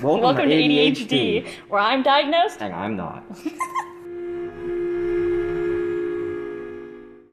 Welcome, Welcome to ADHD, where I'm diagnosed Hang on, I'm not.